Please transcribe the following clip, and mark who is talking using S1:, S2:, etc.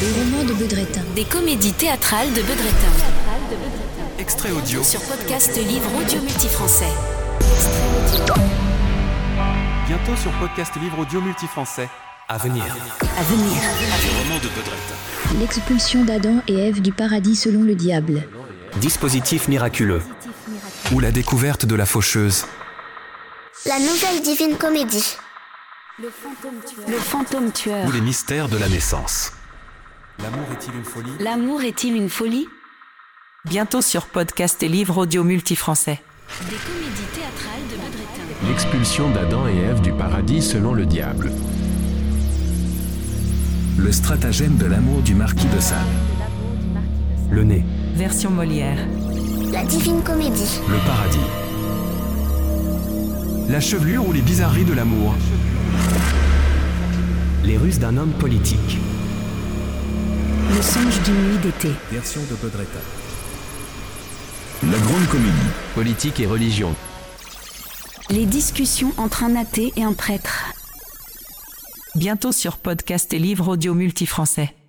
S1: Des romans de Baudretin.
S2: Des comédies théâtrales de Bedretin.
S3: Extrait audio.
S2: Sur podcast livre audio multifrançais.
S3: Bientôt sur podcast livre audio multifrançais. À venir.
S2: À venir.
S3: Roman de Baudrette.
S1: L'expulsion d'Adam et Ève du paradis selon le diable.
S4: Dispositif miraculeux.
S3: Ou la découverte de la faucheuse.
S5: La nouvelle divine comédie.
S2: Le fantôme tueur.
S3: Ou les mystères de la naissance. L'amour est-il une folie
S2: L'amour est-il une folie
S6: Bientôt sur podcast et livre audio multifrançais.
S2: Des comédies théâtrales de Bedretin.
S7: L'expulsion d'Adam et Ève du paradis selon le diable.
S8: Le stratagème de l'amour du marquis de Sade.
S4: Le nez.
S6: Version Molière.
S5: La divine comédie.
S3: Le paradis. La chevelure ou les bizarreries de l'amour.
S4: Les ruses d'un homme politique.
S2: Le songe d'une nuit d'été.
S8: Version de Baudretta.
S7: La grande comédie. Politique et religion.
S2: Les discussions entre un athée et un prêtre.
S6: Bientôt sur podcast et livre audio multifrançais.